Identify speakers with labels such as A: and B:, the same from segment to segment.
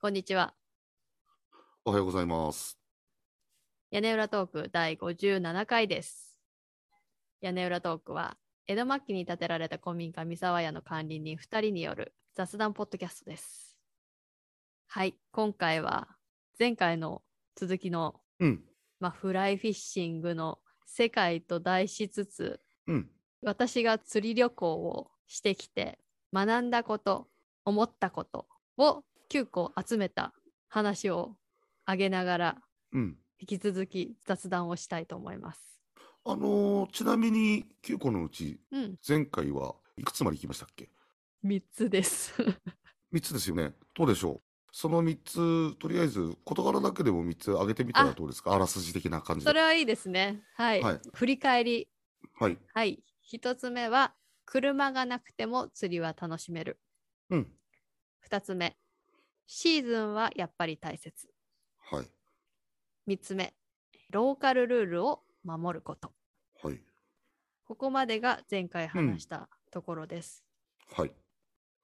A: こんにちは。
B: おはようございます。
A: 屋根裏トーク第57回です。屋根裏トークは、江戸末期に建てられた古民家三沢屋の管理人2人による雑談ポッドキャストです。はい、今回は前回の続きの、
B: うん。
A: まあ、フライフィッシングの世界と題しつつ、
B: うん。
A: 私が釣り旅行をしてきて学んだこと思ったことを9個集めた話をあげながら
B: うん。
A: 引き続き雑談をしたいと思います。
B: あのーちなみに9個のうち、
A: うん、
B: 前回はいくつまで行きましたっけ
A: 3つです。
B: ?3 つですよね。どうでしょうその3つ、とりあえず事柄だけでも3つ上げてみたら
A: あ
B: どうですかあらすじ的な感 じ
A: そ
B: で。
A: れはいいですね。はい。
B: はい
A: 振り返り。
B: はい。
A: はい。1つ目は、車がなくても釣りは楽しめる。
B: うん。
A: 2つ目、シーズンはやっぱり大切。
B: はい。
A: 3つ目、ローカルルールを守ること。
B: はい。
A: ここまでが前回
B: うん
A: 話したところです。
B: はい。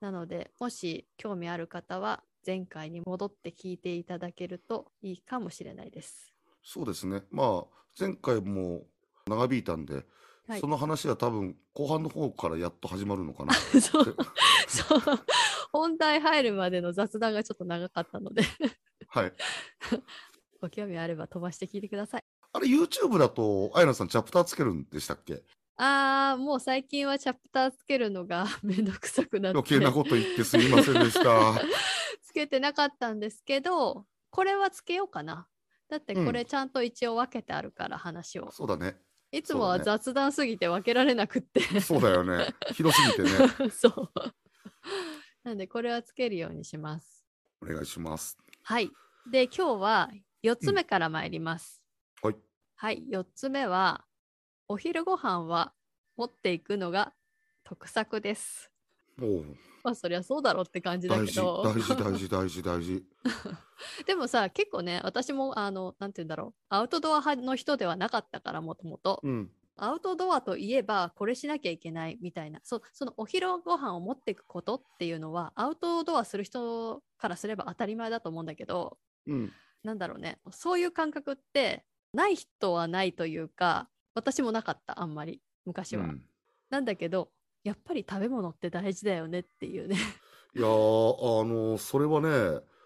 A: なので、もし興味ある方は、前回に戻って聞いていただけるといいかもしれないです。
B: そうですね。まあ、前回も長引いたんで、
A: はい
B: そ、の話は多分後半の方からやっと始まるの かな。
A: そう、 そう、本題入るまでの雑談がちょっと長かったので、
B: はい。
A: ご興味あれば飛ばして聞いてください。
B: あれ YouTube だと、あやなさんチャプターつけるんでしたっけ
A: あー、もう最近はチャプターつけるのが めんどくさくなっ
B: 余
A: て
B: 計、なこと言ってすみませんでした。
A: つけてなかったんですけど、これはつけようかな。だってこ
B: う
A: れちゃんと一応分けてあるから話を。
B: そうだね。
A: いつも
B: そう
A: は
B: ね
A: 雑談すぎて分けられなくって。
B: そうだよ ね。広すぎて ね。
A: そう。 なんで、これはつけるようにします。
B: お願いします。
A: はい。で、今日は4つ目から参ります。
B: はい。
A: はい。4つ目は、お昼ご飯は持っていくのが得策です。
B: もう
A: まあ、そりゃそうだろうって感じだ
B: 大
A: け
B: 事
A: ど。
B: 大事大事大事大事。
A: でもさ、結構ね、私も、あの、なんて言うんだろう。アウトドア派の人ではなかったから、もともと。
B: うん。
A: アウトドアといえばこれしなきゃいけないみたいなそそのお昼ご飯を持っていくことっていうのはアウトドアする人からすれば当たり前だと思うんだけど
B: うん。
A: なんだろうねそういう感覚ってない人はないというか私もなかったあんまり昔は、
B: うん
A: なんだけどやっぱり食べ物って大事だよねって いうね、
B: いやーあのそれはね、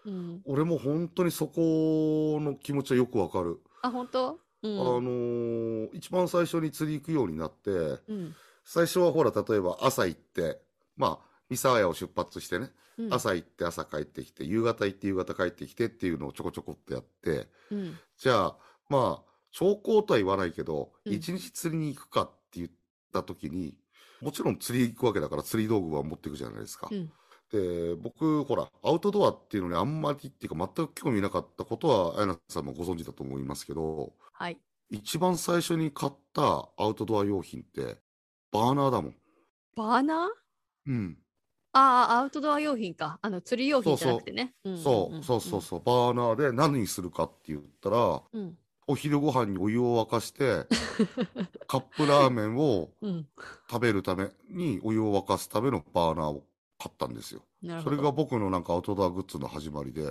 A: うん、
B: 俺も本当にそこの気持ちはよくわかる。
A: あ本当う
B: あの
A: ん
B: ー一番最初に釣り行くようになって、
A: うん
B: 最初はほら例えば朝行って、まあ三沢屋を出発してね、
A: うん
B: 朝行って朝帰ってきて、夕方行って夕方帰ってきてっていうのをちょこちょこっとやって、
A: うん
B: じゃあ、まあ、超高とは言わないけど、
A: うん
B: 一日釣りに行くかって言った時に、もちろん釣り行くわけだから釣り道具は持っていくじゃないですか。
A: うん
B: で、僕、ほら、アウトドアっていうのにあんまりっていうか全く興味なかったことは、綾菜さんもご存知だと思いますけど、
A: はい
B: 一番最初に買ったアウトドア用品って、バーナーだもん。
A: バーナー
B: うん。
A: ああアウトドア用品かあの釣り用品じゃなくてね
B: そう、そうそうそう、バーナーで何にするかって言ったら、
A: うんうん
B: お昼ご飯にお湯を沸かして、カップラーメンを
A: うん、うん
B: 食べるためにお湯を沸かすためのバーナーを買ったんですよ。
A: なる
B: そ
A: ほ
B: れ
A: ど
B: が僕のなんかアウトドアグッズの始まりで、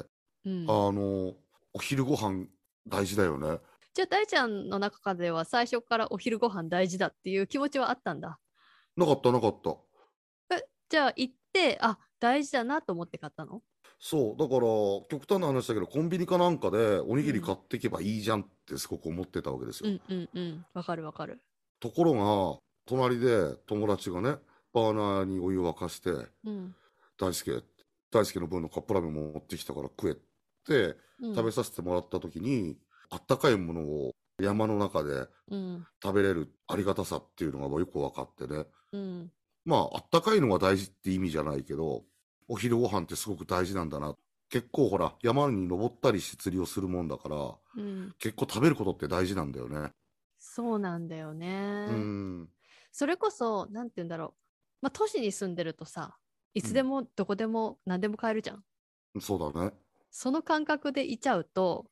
A: うん
B: あの、お昼ご飯大事だよね。
A: じゃあ大ちゃんの中では最初からお昼ご飯大事だっていう気持ちはあったんだ
B: なかったなかった。
A: じゃあ行ってあ大事だなと思って買ったの
B: そう、だから極端な話だけどコンビニかなんかでおにぎり買っていけばいいじゃんってすごく思ってたわけです
A: う
B: よ。
A: んうんうんわかるわかる
B: ところが、隣で友達がね、バーナーにお湯を沸かして、
A: うん、
B: 大輔、大輔の分のカップラーメン持ってきたから食えって
A: うん、
B: 食べさせてもらった時に、あったかいものを山の中で
A: うん
B: 食べれるありがたさっていうのがよく分かってね。
A: うん
B: まあ、あったかいのが大事って意味じゃないけど、お昼ご飯ってすごく大事なんだな。結構ほら、山に登ったりして釣りをするもんだか
A: う
B: ら、
A: ん
B: 結構食べることって大事なんだよね。
A: そうなんだよね
B: う、ん。
A: それこそなんて言うんだろうまあ都市に住んでるとさいつでもどこでも何でも買えるじゃん、
B: そうだね。
A: その感覚でいちゃうと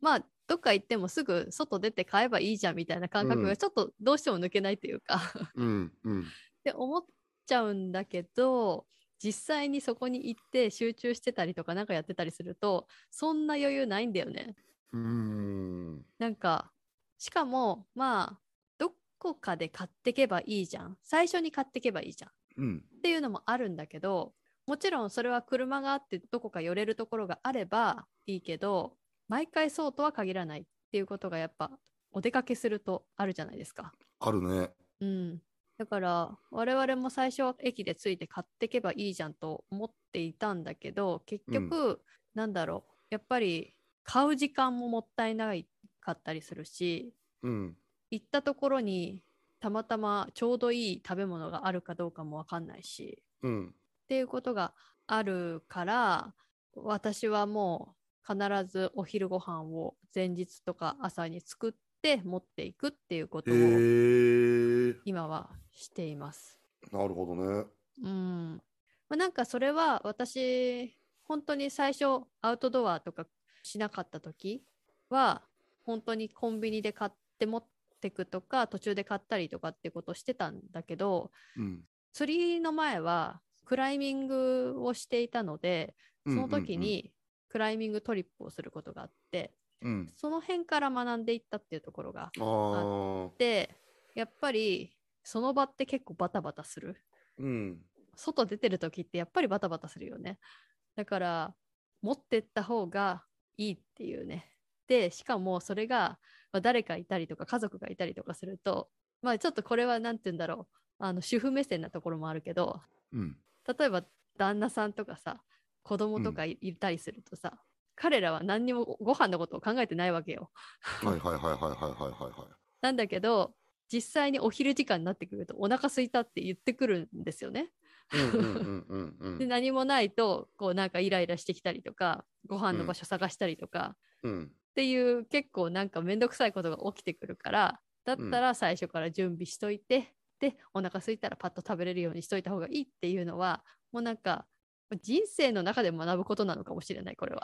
A: まあどっか行ってもすぐ外出て買えばいいじゃんみたいな感覚
B: う
A: が
B: ん
A: ちょっとどうしても抜けないというか
B: うん、うん。
A: って思っちゃうんだけど実際にそこに行って集中してたりとかなんかやってたりするとそんな余裕ないんだよね。
B: うーん。
A: なんかしかもまあどこかで買ってけばいいじゃん最初に買ってけばいいじゃん
B: うん。
A: っていうのもあるんだけどもちろんそれは車があってどこか寄れるところがあればいいけど毎回そうとは限らないっていうことがやっぱお出かけするとあるじゃないですか。
B: あるね。
A: うん、だから我々も最初は駅で着いて買ってけばいいじゃんと思っていたんだけど結局、なんだろうやっぱり買う時間ももったいないかったりするし
B: うん。
A: 行ったところにたまたまちょうどいい食べ物があるかどうかもわかんないし。
B: うん。
A: っていうことがあるから私はもう必ずお昼ご飯を前日とか朝に作って持っていくっていうこと
B: へえ
A: を
B: ー。
A: 今はしています。
B: なるほどね。
A: うんまあ、なんかそれは私本当に最初アウトドアとかしなかった時は本当にコンビニで買って持ってくとか途中で買ったりとかってことしてたんだけど
B: うん。
A: 釣りの前はクライミングをしていたのでその時にクライミングトリップをすることがあって、
B: うん。うん。
A: その辺から学んでいったっていうところがあ
B: ああ。
A: ってやっぱりその場って結構バタバタする
B: うん。
A: 外出てる時ってやっぱりバタバタするよねだから持ってった方がいいっていうねでしかもそれが、まあ、誰かいたりとか家族がいたりとかするとまあちょっとこれは何て言うんだろうあの主婦目線なところもあるけど
B: うん。
A: 例えば旦那さんとかさ子供とかいいたりするとさ、彼らは何にもごご飯のことを考えてないわけよ。
B: はいはいはいはいはいはいはいはい。
A: なんだけど実際にお昼時間になってくるとお腹空いたって言ってくるんですよね。
B: うんうんうんうんう
A: で
B: ん
A: 何もないとこうなんかイライラしてきたりとかご飯の場所探したりとか、っ
B: うん。
A: ていう結構なんか面倒くさいことが起きてくるからだったら最初から準備しといて、でお腹空いたらパッと食べれるようにしといた方がいいっていうのはもうなんか人生の中で学ぶことなのかもしれないこれは。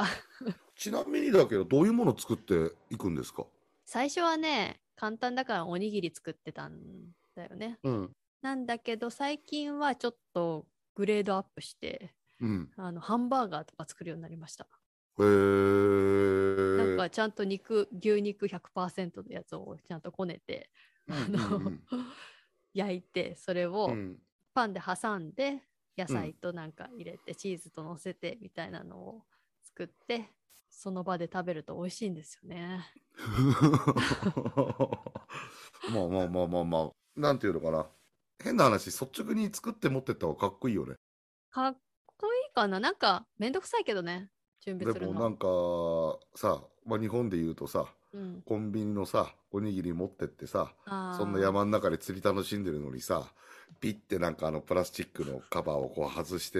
B: ちなみにだけど、どういうものを作っていくんですか
A: 最初はね簡単だからおにぎり作ってたんだよね
B: うん。
A: なんだけど最近はちょっとグレードアップして
B: うん。
A: あのハンバーガーとか作るようになりました、
B: へえー。
A: なんかちゃんと肉牛肉100%のやつをちゃんとこねてあの、
B: うん
A: 焼いてそれ
B: う
A: を
B: ん
A: パンで挟んで野菜となんか入れてチーズと乗せてみたいなのを作ってその場で食べると美味しいんですよね
B: まあまあまあまあまあ、なんていうのかな。変な話、率直に作って持ってった方がかっこいいよね。
A: かっこいいかななんかめんどくさいけどね準備
B: です
A: る
B: も
A: の
B: なんかさ、まあ、日本で言うとさ、
A: うん、
B: コンビニのさ、おにぎり持ってってさ、
A: あー
B: そんな山の中で釣り楽しんでるのにさ、ピッてなんかあのプラスチックのカバーをこう外して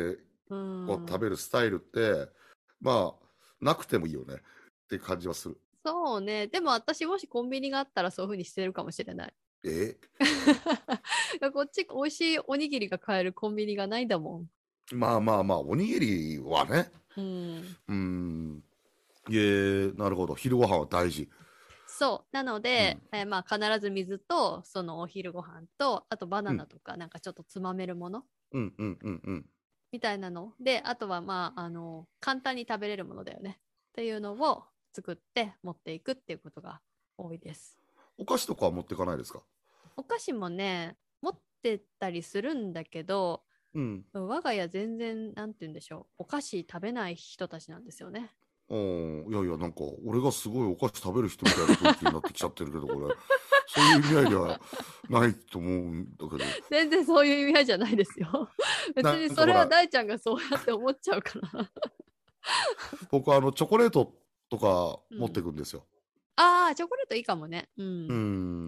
A: うん
B: こう食べるスタイルって、まあ、なくてもいいよねって感じはする。
A: そうねでも私もしコンビニがあったらそういう風にしてるかもしれ ない
B: え
A: こっち美味しいおにぎりが買えるコンビニがないんだもん
B: まあまあまあ、おにぎりはね、
A: うん
B: うーん。いえー、なるほど。昼ご飯は大事。
A: そうなので、えーまあ、必ず水とそのお昼ご飯とあとバナナとかなんかちょっとつまめるもの、
B: うんうんうんうん。
A: みたいなのであとはまああの簡単に食べれるものだよねっていうのを作って持っていくっていうことが多いです
B: お菓子とかは持ってかないですか
A: お菓子もね持ってったりするんだけど
B: うん。
A: 我が家全然なんて言うんでしょうお菓子食べない人たちなんですよね
B: うん。いやいや、なんか、俺がすごいお菓子食べる人みたいな雰囲気になってきちゃってるけど、これ、そういう意味合いではないと思うんだけど。
A: 全然そういう意味合いじゃないですよ別
B: なん
A: にそれは大ちゃんがそうやって思っちゃうから
B: 僕はあの、チョコレートとか持ってくんですよ。
A: あーチョコレートいいかもねうん、
B: う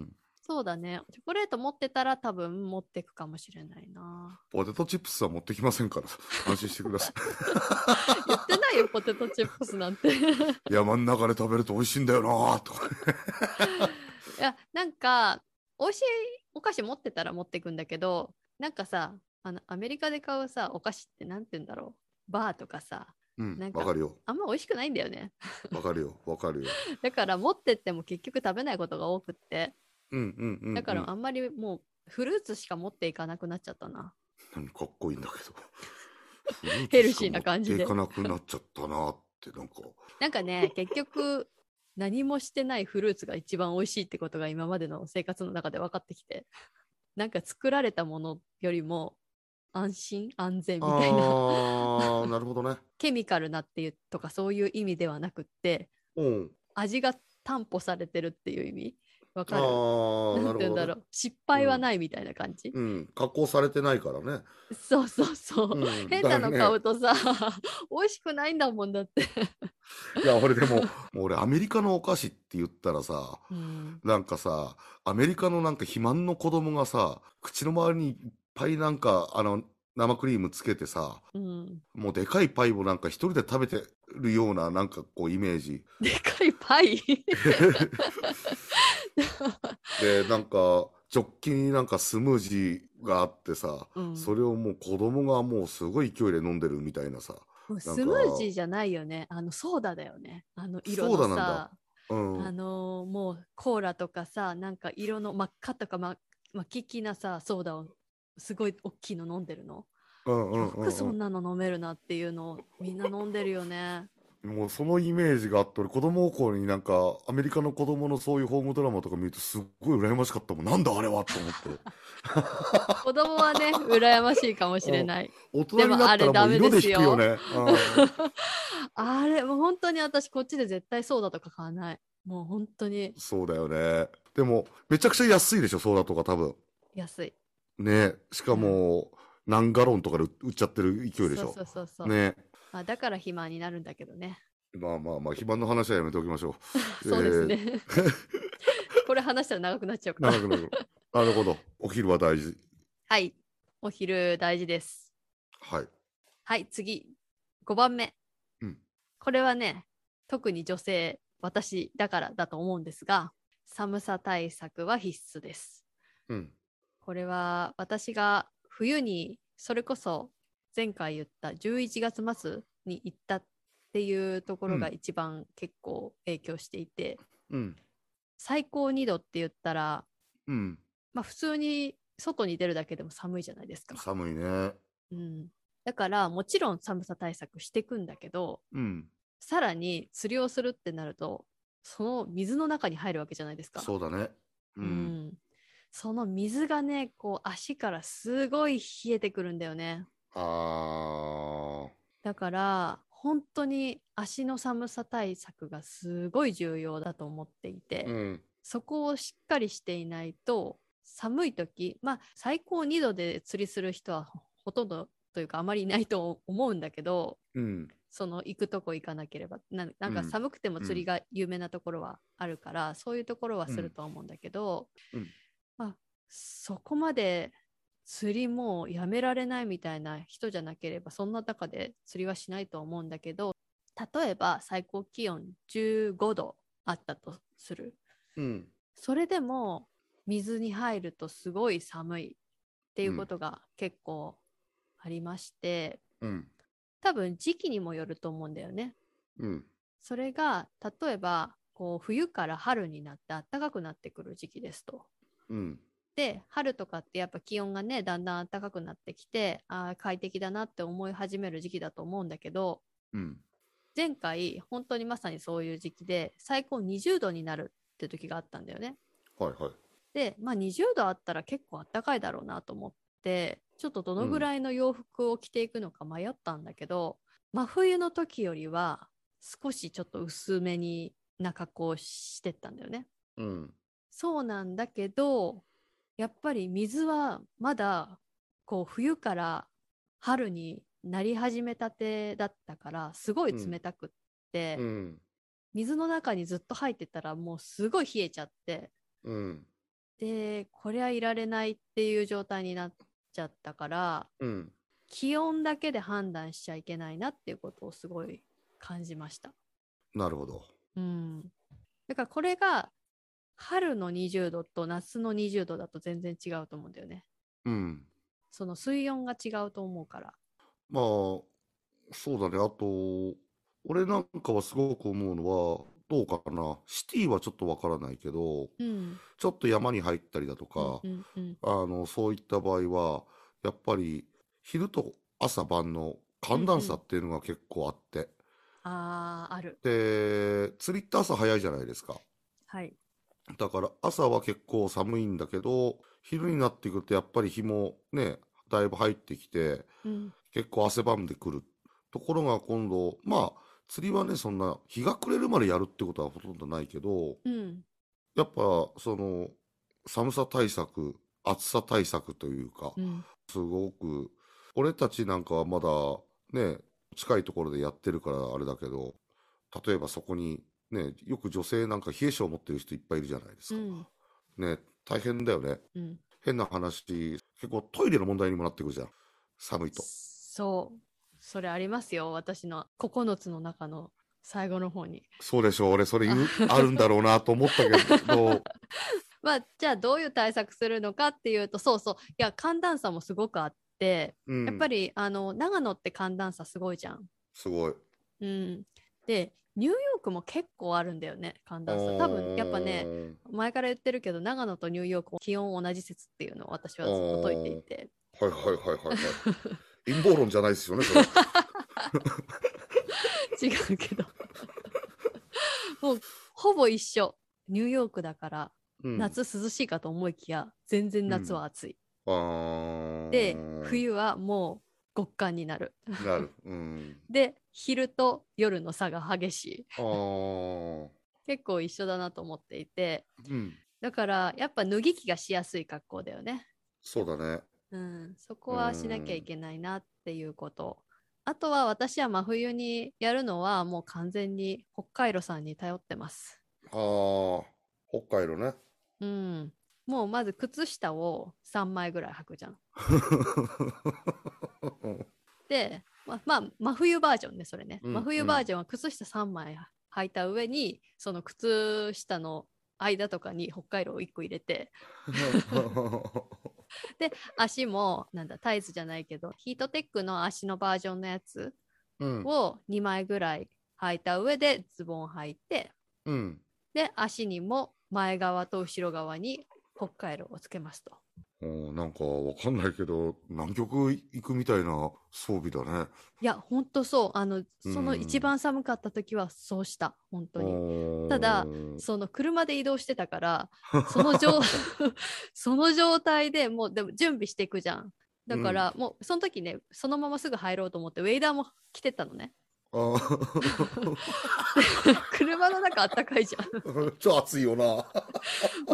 B: ん。
A: そうだねチョコレート持ってたら多分持ってくかもしれないな
B: ポテトチップスは持ってきませんから、安心してくださ
A: 言ってないよポテトチップスなんて
B: い。山の中で食べると美味しいんだよなーとか。
A: いやなんか美味しいお菓子持ってたら持ってくんだけどなんかさあのアメリカで買うさお菓子ってなんて言うんだろうバーとかさ
B: う
A: なん
B: ん。
A: か
B: わかるよ。
A: あんま美味しくないんだよね
B: わかるよ。わかるよ。
A: だから持ってっても結局食べないことが多くって
B: うんうんうん、うん。
A: だからあんまりもうフルーツしか持っていかなくなっちゃったな、
B: 何かっこいいんだけど。
A: ヘルシーな感じで
B: いかなくなっちゃったなって、なんか、
A: なんかね、結局、何もしてないフルーツが一番美味しいってことが今までの生活の中で分かってきて、なんか作られたものよりも安心、安全みたいな、
B: ああ、なるほどね。
A: ケミカルなっていうとかそういう意味ではなくって、
B: うん。
A: 味が担保されてるっていう意味。わ
B: あ
A: か
B: あ
A: る
B: ー、
A: な
B: なん
A: て言うん
B: るほど
A: だろ。
B: ね
A: う。失敗はないみたいな感じ。
B: うん、加工されてないからね。
A: そうそうそう。
B: うん
A: 変なの
B: だ
A: 買
B: よね
A: うとさ、 美味しくないんだもんだって。
B: いや、俺でも、もう俺アメリカのお菓子って言ったらさ、
A: うん、
B: なんかさ、アメリカのなんか肥満の子供がさ、口の周りにいっぱいなんか、あの、生クリームつけてさ、
A: うん。
B: もうでかいパイをなんか一人で食べてるようななんかこうイメージ。
A: でかいパイ
B: で、なんか、ジョッキになんかスムージーがあってさ、
A: うん
B: それをもう子供がもうすごい勢いで飲んでるみたいなさ。
A: もう
B: か
A: スムージーじゃないよね。あの、ソーダだよね。あの、色
B: ソーダ
A: の
B: なん
A: さ
B: だ、うん。
A: あのーもうコーラとかさ、なんか色の真っ赤とか真真っ黄きなさ、ソーダをすごい大きいの飲んでるの。
B: うんうん
A: よ
B: うん
A: くそ
B: うん
A: んなの飲めるなっていうのをみんな飲んでるよね。
B: もうそのイメージがあって、俺子供心になんか、アメリカの子供のそういうホームドラマとか見るとすっごい羨ましかったもん。なんだあれはと思って。
A: 子供はね、羨ましいかもしれない。
B: 大人になったらもう色で引くよね。
A: あれ、もう本当に私こっちで絶対ソーダとか買わない。もう本当に
B: うん そうだよね。でも、めちゃくちゃ安いでしょ、ソーダとか多分。
A: 安い。
B: ね。しかも、何ガロンとかで売っちゃってる勢いでし
A: そ
B: ょ。
A: うそうそうそう、
B: ね。
A: まあ。だから肥満になるんだけどね。
B: まあまあまあ、肥満の話はやめておき ましょう。
A: そうです
B: えー。
A: ね。 これ話したら長くなっちゃうから。
B: 長くなる。なるほど。お昼は大事。
A: はい。お昼大事です。
B: はい。
A: はい、次。5番目。
B: うん
A: これはね、特に女性、私だからだと思うんですが、寒さ対策は必須です。
B: うん。
A: これは私が冬にそれこそ前回言った11月末に行ったっていうところが
B: うん
A: 一番結構影響していて、
B: うん。
A: 最高2度って言ったら、
B: うん。
A: まあ、普通に外に出るだけでも寒いじゃないですか。
B: 寒いね。
A: うん、だからもちろん寒さ対策していくんだけど
B: うん。
A: さらに釣りをするってなるとその水の中に入るわけじゃないですか。
B: そうだね。
A: う
B: う。
A: んんその水がねこう足からすごい冷えてくるんだよね。
B: ああ、
A: だから本当に足の寒さ対策がすごい重要だと思っていて、
B: うん、
A: そこをしっかりしていないと寒い時まあ最高2度で釣りする人はほほとんどというかあまりいないと思うんだけど
B: うん、
A: その行くとこ行かなければななんか
B: うん
A: 寒くても釣りが有名なところはあるから、そういうところはすると思うんだけど、
B: うん
A: まあ、そこまで釣りもうやめられないみたいな人じゃなければそんな中で釣りはしないと思うんだけど例えば最高気温15度あったとする
B: うん、
A: それでも水に入るとすごい寒いっていうことが結構ありまして、
B: うん、
A: 多分時期にもよると思うんだよね。
B: うん、
A: それが例えばこう冬から春になって暖かくなってくる時期ですと。
B: うん、
A: で春とかってやっぱ気温がねだんだん暖かくなってきてあー快適だなって思い始める時期だと思うんだけど
B: うん、
A: 前回本当にまさにそういう時期で最高20度になるって時があったんだよね。
B: はいはい。
A: で、まあ、20度あったら結構あったかいだろうなと思ってちょっとどのぐらいの洋服を着ていくのか迷ったんだけど、真冬の時よりは少しちょっと薄めにな格好をしてったんだよね。
B: うん、
A: そうなんだけどやっぱり水はまだこう冬から春になり始めたてだったからすごい冷たくって、
B: うん、
A: 水の中にずっと入ってたらもうすごい冷えちゃって
B: うん、
A: でこれはいられないっていう状態になっちゃったから
B: うん。
A: 気温だけで判断しちゃいけないなっていうことをすごい感じました。
B: なるほど。
A: うん、だからこれが春の20度と夏の20度だと全然違うと思うんだよね。
B: うん。
A: その水温が違うと思うから。
B: まあ、そうだね。あと、俺なんかはすごく思うのは、どうかな。シティはちょっとわからないけど、
A: うん。
B: ちょっと山に入ったりだとか
A: う、んうんうん
B: あの、そういった場合は、やっぱり昼と朝晩の寒暖差っていうのが結構あって、
A: ああ、ある。
B: で釣りって朝早いじゃないですか
A: はい。
B: だから朝は結構寒いんだけど昼になってくるとやっぱり日もねだいぶ入ってきて
A: うん。
B: 結構汗ばんでくるところが今度まあ釣りはねそんな日が暮れるまでやるってことはほとんどないけど
A: うん。
B: やっぱその寒さ対策暑さ対策というか、
A: うん。
B: すごく俺たちなんかはまだね近いところでやってるからあれだけど例えばそこにねよく女性なんか冷え性を持ってる人いっぱいいるじゃないです
A: うん。
B: か、ね大変だよね
A: うん。
B: 変な話結構トイレの問題にもなってくるじゃん寒いと
A: そう。それありますよ。私の9つの中の最後の方に。
B: そうでしょう俺それ言うあるんだろうなと思ったけ ど
A: まあ、じゃあどういう対策するのかっていうと、そうそう。いや、寒暖差もすごくあって、
B: うん
A: やっぱり、あの、長野って寒暖差すごいじゃん。
B: すごい
A: うん。で、ニューヨークも結構あるんだよね、寒暖差。多分、やっぱね、前から言ってるけど、長野とニューヨーク気温同じ説っていうのを私はずっと解いていて。
B: はいはいはいはいはい陰謀論じゃないですよねそれ
A: 違うけど もうほぼ一緒ニューヨークだから、
B: うん
A: 夏涼しいかと思いきや全然夏は暑い、
B: あー
A: で冬はもう極寒になる
B: なるうん
A: で昼と夜の差が激しい
B: あー
A: 結構一緒だなと思っていて
B: うん、
A: だからやっぱ脱ぎ着がしやすい格好だよね
B: そうだね。
A: うんそこはしなきゃいけないなっていうことあとは私は真冬にやるのはもう完全に北海道さんに頼ってます
B: ああ、北海道ね。
A: うん、もうまず靴下を3枚ぐらい履くじゃん。で、ま、まあ真冬バージョンねそれね、
B: うん
A: 真冬バージョンは靴下3枚履いた上にその靴下の間とかに北海道を1個入れて足もなんだタイツじゃないけどヒートテックの足のバージョンのやつ
B: うん、
A: を2枚ぐらい履いた上でズボン履いて
B: うん。
A: で足にも前側と後ろ側に北海道をつけますと。
B: おーなんかわかんないけど、南極行くみたいな装備だね。
A: いや、ほんとそう。あの、その
B: うん
A: 一番寒かった時はそうした。本当に。
B: おー
A: ただ、その車で移動してた から、その状、 その状態でもう、でも準備していくじゃん。だから、もう、その時ね、そのまますぐ入ろうと思って、ウェイダーも着てったのね。
B: あー
A: 車の中あったかいじゃん。
B: ちょっと暑いよな。
A: も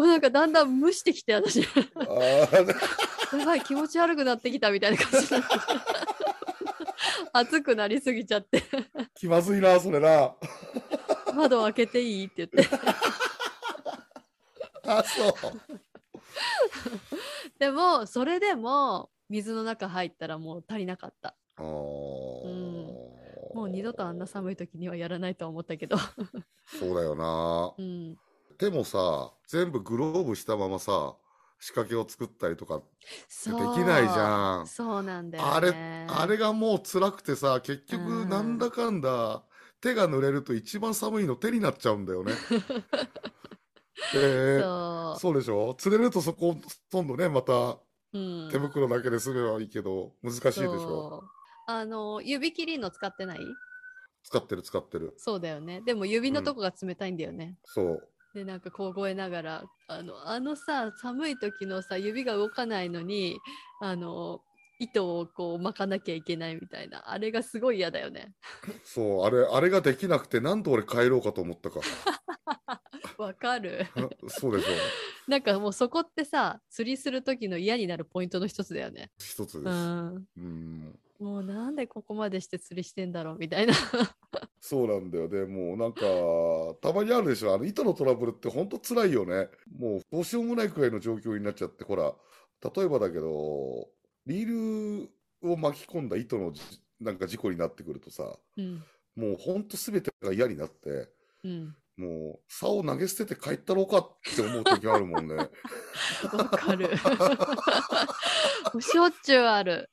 A: うなんかだんだん蒸してきて、私。 や
B: あー
A: ばい、気持ち悪くなってきたみたいな感じになってきた。 暑くなりすぎちゃって、
B: 気まずいな、それな。
A: 窓を開けていいって言って。
B: あ、そう。
A: でもそれでも水の中入ったらもう足りなかった
B: あー
A: もう二度とあんな寒い時にはやらないとは思ったけど
B: そうだよな
A: う。ん
B: でもさ、全部グローブしたままさ、仕掛けを作ったりとかで
A: そう
B: きないじ
A: ん
B: ゃん。
A: そうなんだよ、ね、
B: あれ、あれがもう辛くてさ、結
A: う
B: 局
A: ん
B: なんだかんだ、手が濡れると一番寒いの手になっちゃうんだ よね。で、
A: そう
B: そうでしょ釣れるとそこ、今度ね、また
A: うん
B: 手袋だけで済めばいいけど、難しいでしょ
A: そうあの指切りの使ってない
B: 使ってる使ってる。
A: そうだよねでも指のとこが冷たいんだよね、
B: そう。
A: でなんかこう凍えながらあのあのさ寒い時のさ指が動かないのにあの糸をこう巻かなきゃいけないみたいなあれがすごい嫌だよね
B: そう、あれ、あれができなくて、なんで俺帰ろうかと思ったか。
A: わかる
B: そうでしょう。
A: なんかもうそこってさ釣りする時の嫌になるポイントの一つだよね。
B: 一つで
A: う
B: す。
A: ん、
B: うん
A: もうなんでここまでして釣りしてんだろうみたいな。
B: そうなんだよね。もうなんか、たまにあるでしょ。あの、糸のトラブルってほんと辛いよね。もうどうしようもないくらいの状況になっちゃって、ほら、例えばだけど、リールを巻き込んだ糸のじなんか事故になってくるとさ、
A: うん
B: もうほんと全てが嫌になって、
A: うん、
B: もう、竿を投げ捨てて帰ったろうかって思う時あるもんね。
A: わかる。もうしょっちゅうある。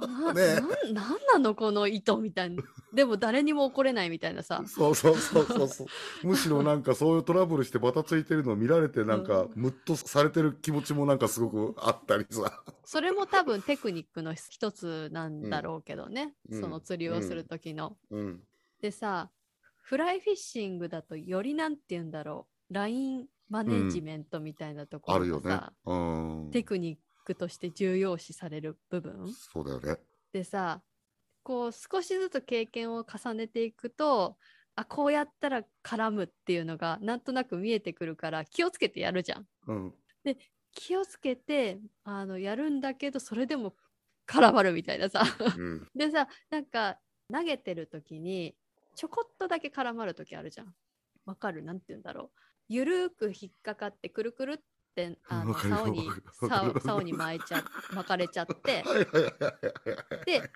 A: な
B: ね
A: なんなんなのこの糸みたいなでも誰にも怒れないみたいなさ
B: そうそうそうそうそう。 むしろなんかそういうトラブルしてバタついてるのを見られてなんか
A: う
B: ムッとされてる気持ちもなんかすごくあったりさ。
A: それも多分テクニックの一つなんだろうけどね、
B: うん
A: その釣りをする時の。
B: うん。
A: でさフライフィッシングだとよりなんて言うんだろうラインマネジメントみたいなとこ
B: あ
A: ろ
B: る
A: が
B: よね
A: さ、。
B: うん。
A: テクニックとして重要視される部分
B: そうだよね。
A: でさこう少しずつ経験を重ねていくとあこうやったら絡むっていうのがなんとなく見えてくるから気をつけてやるじゃん。
B: うん。
A: 気をつけてあのやるんだけどそれでも絡まるみたいなさ。
B: うん。
A: でさなんか投げてる時にちょこっとだけ絡まる時あるじゃん。わかるなんて言うんだろう。ゆるーく引っかかってくるくるってあの
B: わかるよ
A: 竿に
B: わかるわか
A: 竿
B: る
A: 竿に巻いちゃ巻かれちゃって
B: はいはいはいはいはい。
A: で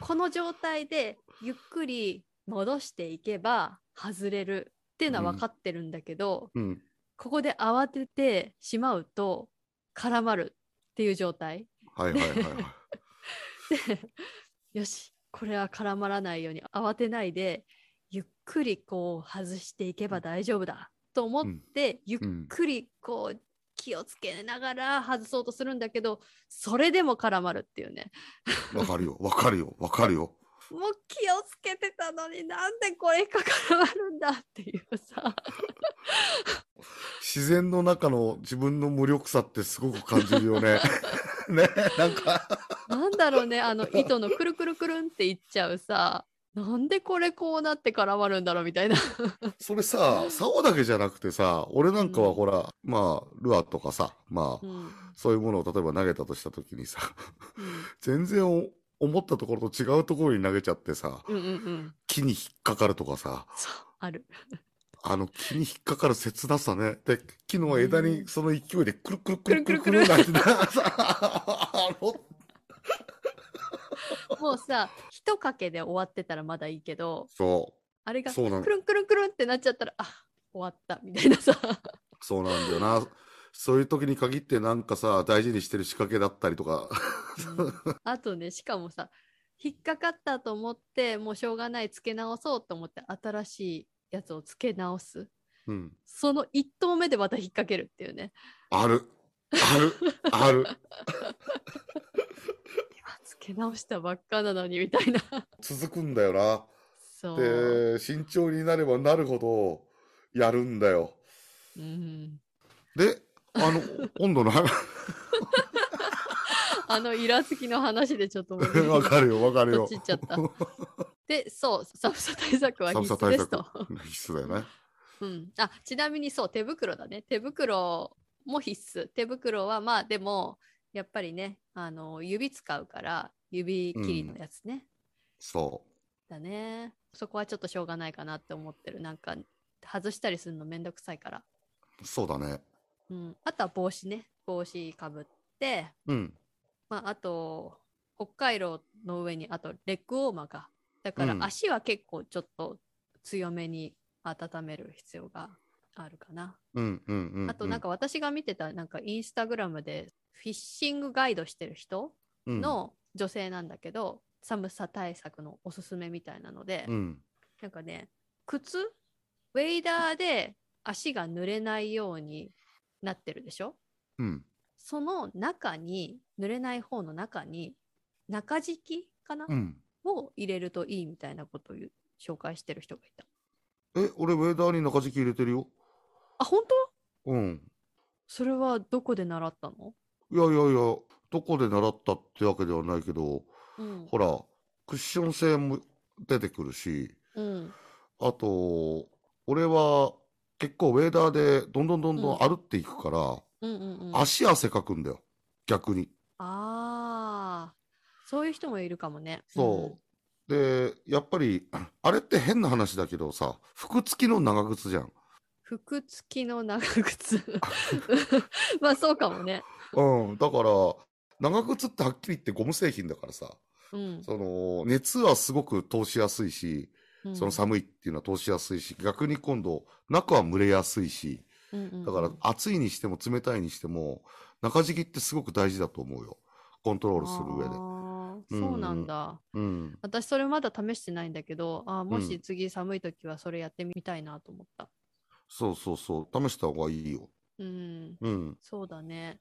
A: この状態でゆっくり戻していけば外れるっていうのは分かってるんだけど、
B: うん。
A: ここで慌ててしまうと絡まるっていう状態
B: はいはいはいはい。
A: でよしこれは絡まらないように慌てないでゆっくりこう外していけば大丈夫だと思って、ゆっ
B: うん。
A: くりこう気をつけながら外そうとするんだけどそれでも絡まるっていうね
B: わかるよ。わかるよ。わかるよ。
A: もう気をつけてたのになんでこれが絡まるんだっていうさ。
B: 自然の中の自分の無力さってすごく感じるよね。ね。なんか。
A: なんだろうね、あの糸のくるくるくるんっていっちゃうさ、なんでこれこうなって絡まるんだろうみたいな。
B: それさ、竿だけじゃなくてさ、俺なんかはほら、まあ、ルアーとかさ、ま
A: う
B: あ、
A: んうん
B: そういうものを例えば投げたとしたときにさ、全然お思ったところと違うところに投げちゃってさ、
A: うんうんうん。
B: 木に引っかかるとかさ、
A: そう、ある。
B: あの木に引っかかる切なさね。で、木の枝
A: う
B: に
A: ん
B: その勢いでくるくるくるくる
A: く
B: く
A: る
B: る
A: く
B: なんてなさ、あの、
A: もうさ、一かけで終わってたらまだいいけど、
B: そ
A: あれ
B: う、
A: がく
B: そうなん、
A: るんくるんくるんってなっちゃったら、あ終わったみたいな さ。
B: そうなんだよな。そういう時に限ってなんかさ、大事にしてる仕掛けだったりとか、
A: あとね、しかもさ、引っかかったと思って、もうしょうがない、つけ直そうと思って、新しいやつをつけ直す。
B: うん。
A: その一投目でまた引っ掛けるっていうね。
B: ある。ある。ある。
A: 今つけ直したばっかなのにみた いな。
B: 続くんだよな。
A: そう。
B: で、慎重になればなるほど、やるんだよ。
A: うん、
B: で、あの、温度の、
A: あのイラつきの話でちょっともうね
B: わかるよ、わかる
A: と
B: よ。
A: ちっちゃったで、そう、寒さ対策は
B: 寒
A: 必
B: さ
A: 須
B: 対
A: です
B: 策
A: と。。
B: 必須だよね。
A: うん、あちなみにそう、手袋だね。手袋も必須。手袋はまあでも、やっぱりね、あの指使うから、指切りのやつね。
B: そ
A: だね。そこはちょっとしょうがないかなって思ってる。なんか、外したりするのめんどくさいから。
B: う。そうだね。
A: うん、あとは帽子ね。帽子かぶって、
B: うん。
A: まあ、あと北海道の上にあとレッグウォーマーがだか
B: う
A: ら
B: ん
A: 足は結構ちょっと強めに温める必要があるかな、
B: うん、うん、うん。
A: あとなんか私が見てたなんかインスタグラムでフィッシングガイドしてる人
B: うん、
A: の女性なんだけど、寒さ対策のおすすめみたいなので、
B: うん。
A: なんかね靴ウェイダーで足が濡れないようになってるでしょ
B: うん。
A: その中に濡れない方の中に中敷きかな、
B: うん。
A: を入れるといいみたいなことを言う紹介してる人がいた。
B: え、俺、ウェーダーに中敷き入れてるよ。
A: あ本当
B: うん。
A: それはどこで習ったの、
B: いやいやいや、どこで習ったってわけではないけど、
A: うん
B: ほら、クッション性も出てくるし、
A: うん、
B: あと、俺は結構ウェーダーでどんどんどんどん歩っていくから、
A: うんうんうん
B: 足汗かくんだよ。逆に。
A: あーそういう人もいるかもね。
B: そう。で、やっぱり、 あれって変な話だけどさ、服付きの長靴じゃん。
A: うん服付きの長靴 まあそうかもね。
B: うん。だから、長靴ってはっきり言ってゴム製品だからさ、
A: うん
B: その、熱はすごく通しやすいし、
A: うん
B: その寒いっていうのは通しやすいし、逆に今度、中は蒸れやすいし、
A: うんうんうん
B: だから暑いにしても冷たいにしても、中敷きってすごく大事だと思うよ。コントロールする上で
A: あ。ー
B: うん
A: そうなんだ。
B: うん。
A: 私それまだ試してないんだけど、あーも
B: う
A: し
B: ん
A: 次寒い時はそれやってみたいなと思った。
B: そうそうそう。試した方がいいよ。
A: うん、
B: うん。
A: そうだね。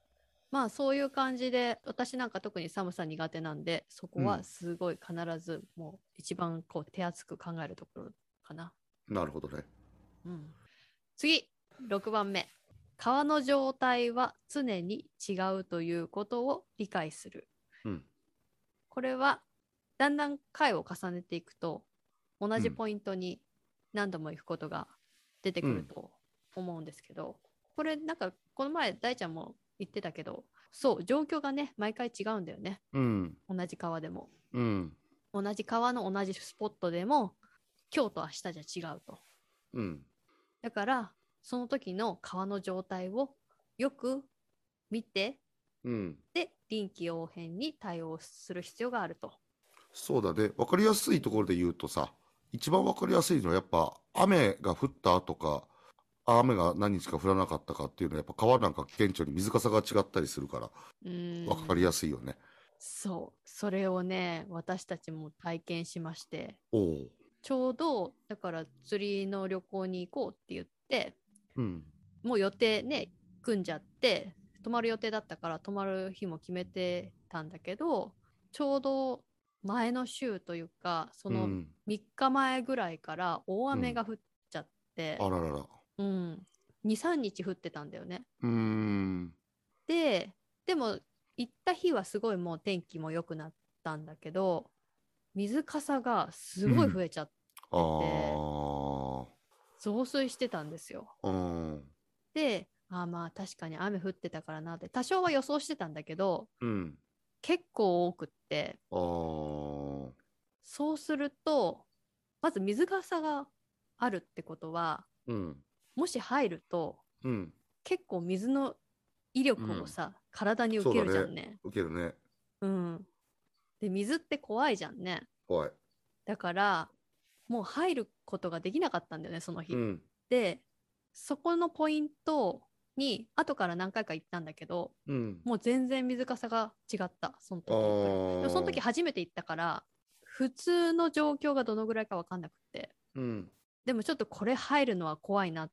A: まあそういう感じで、私なんか特に寒さ苦手なんで、そこ
B: う
A: は
B: ん
A: すごい必ずもう一番こう手厚く考えるところかな。
B: なるほどね。
A: うん、次6番目皮の状態は常に違うということを理解する
B: うん。
A: これはだんだん回を重ねていくと同じポイントに何度も行くことが出てくると思うんですけど、これなんかこの前大ちゃんも言ってたけどそう状況がね毎回違うんだよね
B: うん。
A: 同じ川でも
B: うん。
A: 同じ川の同じスポットでも今日と明日じゃ違うと
B: うん。
A: だからその時の川の状態をよく見て
B: うん。
A: で臨機応変に対応する必要があると。
B: そうだね。わかりやすいところで言うとさ、一番わかりやすいのはやっぱ雨が降ったとか、あ雨が何日か降らなかったかっていうのはやっぱ川なんか顕著に水かさが違ったりするから
A: うーん
B: わかりやすいよね。
A: そうそれをね私たちも体験しまして
B: おお。
A: ちょうどだから釣りの旅行に行こうって言って
B: うん。
A: もう予定ね組んじゃって泊まる予定だったから泊まる日も決めてたんだけどちょうど前の週というかその
B: うん
A: 3日前ぐらいから大雨が降っちゃって、
B: あららら。
A: うん、23日降ってたんだよね。
B: うーん。
A: ででも行った日はすごいもう天気も良くなったんだけど水かさがすごい増えちゃって、
B: ああ。
A: 増水してたんですよ。
B: うん。
A: であーまあ確かに雨降ってたからなって多少は予想してたんだけど
B: うん。
A: 結構多くって
B: ああ。
A: そうするとまず水かさがあるってことは
B: うん。
A: もし入ると
B: うん。
A: 結構水の威力をさ、体に受けるじゃんね。
B: 受けるね。
A: うん、で水って怖いじゃんね。
B: 怖い。
A: だからもう入ることができなかったんだよねその日。
B: うん。
A: でそこのポイントに後から何回か行ったんだけど
B: うん。
A: もう全然水かさが違ったその時
B: あ
A: と比べ
B: ー
A: てでもその時初めて行ったから普通の状況がどのぐらいか分かんなくて
B: うん。
A: でもちょっとこれ入るのは怖いなっ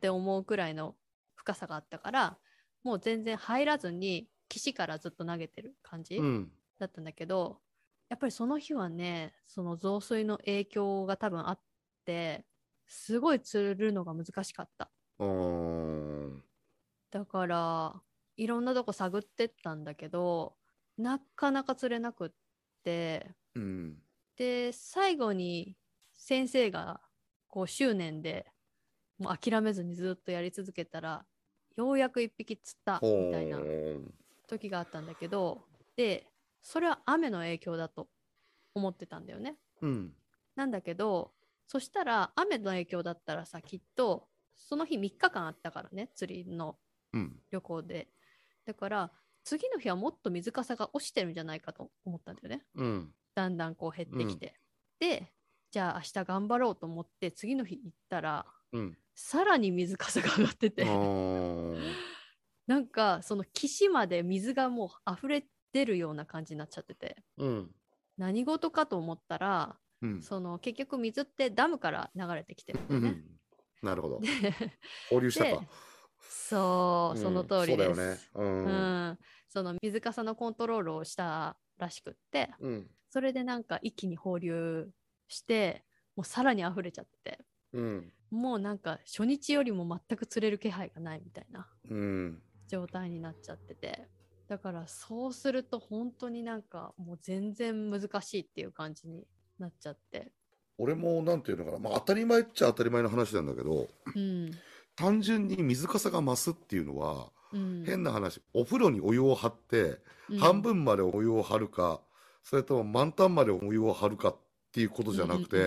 A: て思うくらいの深さがあったからもう全然入らずに岸からずっと投げてる感じ、
B: うん。
A: だったんだけどやっぱりその日はねその増水の影響が多分あってすごい釣るのが難しかった
B: あー
A: だからいろんなとこ探ってったんだけどなかなか釣れなくって
B: うん。
A: で最後に先生がこう執念でもう諦めずにずっとやり続けたらようやく1匹釣ったみたいな
B: ほー
A: 時があったんだけどでそれは雨の影響だと思ってたんだよね。
B: うん。
A: なんだけどそしたら雨の影響だったらさきっとその日3日間あったからね釣りの
B: うん。
A: 旅行でだから次の日はもっと水かさが落ちてるんじゃないかと思ったんだよね
B: うん。
A: だんだんこう減ってきて、でじゃあ明日頑張ろうと思って次の日行ったら
B: うん。
A: さらに水かさが上がって
B: あ
A: て
B: ー
A: なんかその岸まで水がもう溢れ出るような感じになっちゃってて
B: うん。
A: 何事かと思ったら
B: うん。
A: その結局水ってダムから流れてきてる
B: うんん
A: だ
B: う
A: よね。
B: ん。なるほど。
A: で
B: 放流したか
A: で。 そう、
B: うん
A: その通りです。
B: そうだよね。う。
A: うんん、その水かさのコントロールをしたらしくって、
B: うん。
A: それでなんか一気に放流して、もうさらに溢れちゃって、
B: うん。
A: もうなんか初日よりも全く釣れる気配がないみたいな
B: うん。
A: 状態になっちゃってて、だからそうすると本当になんかもう全然難しいっていう感じになっちゃって、
B: 俺もなんていうのかな、まあ、当たり前っちゃ当たり前の話なんだけど
A: うん、
B: 単純に水かさが増すっていうのは、
A: うん、
B: 変な話お風呂にお湯を張って、
A: うん
B: 半分までお湯を張るかそれとも満タンまでお湯を張るかっていうことじゃなくて、
A: う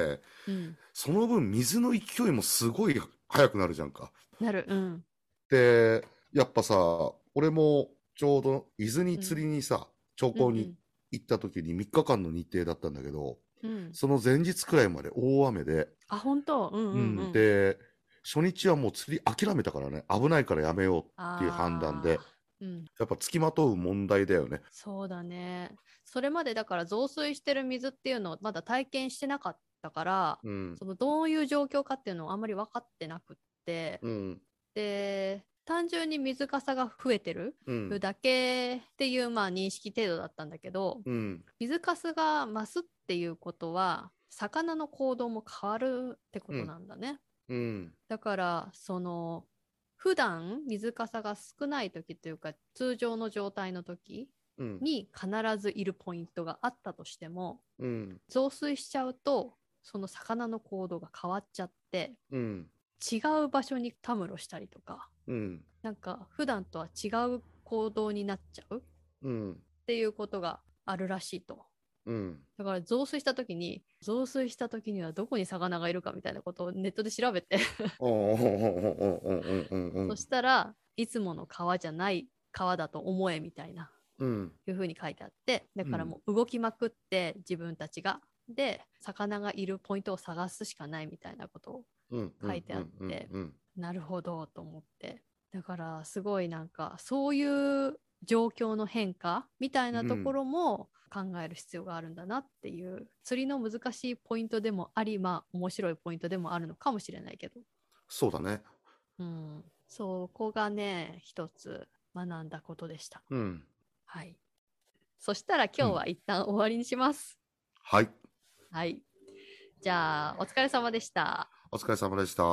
A: んうんうん、
B: その分水の勢いもすごい速くなるじゃんか。
A: なる、うん、
B: でやっぱさ俺もちょうど伊豆に釣りにさ、長
A: う
B: 考
A: ん
B: に行った時に3日間の日程だったんだけど、
A: うん、うん、
B: その前日くらいまで大雨で、
A: あ、本当、うん、
B: う
A: うんん、うん、
B: で初日はもう釣り諦めたからね危ないからやめようっていう判断
A: あ
B: で
A: ーううん、
B: やっぱ付きまとう問題だよね。
A: そうだねそれまでだから増水してる水っていうのをまだ体験してなかったから、
B: うん。
A: そのどういう状況かっていうのをあんまり分かってなくって、
B: うん。
A: で単純に水かさが増えてる
B: うん。
A: だけっていうまあ認識程度だったんだけど、
B: うん。
A: 水かすが増すっていうことは魚の行動も変わるってことなんだね。
B: うん。
A: だからその普段水かさが少ない時というか通常の状態の時
B: うん。
A: に必ずいるポイントがあったとしても
B: うん。
A: 増水しちゃうとその魚の行動が変わっちゃって
B: うん。
A: 違う場所にたむろしたりとか
B: うん。
A: なんか普段とは違う行動になっちゃうっ
B: うん。
A: ていうことがあるらしいと。
B: うん。
A: だから増水した時に増水した時にはどこに魚がいるかみたいなことをネットで調べて
B: うん。うん。うん。
A: そしたらいつもの川じゃない川だと思えみたいな
B: うん。
A: いう風に書いてあってだから
B: うん
A: もう動きまくって自分たちが、で魚がいるポイントを探すしかないみたいなことを
B: うん。
A: 書いてあって
B: うん。
A: なるほどと思ってだからすごいなんかそういう状況の変化みたいなところも考える必要があるんだなっていう、釣りの難しいポイントでもありまあ面白いポイントでもあるのかもしれないけど
B: そうだね。
A: うん、そこがね、一つ学んだことでした。
B: うん。
A: はい。そしたら今日は一旦終わりにします。
B: はい。
A: はい。じゃあ、お疲れ様でした。
B: お疲れ様でした。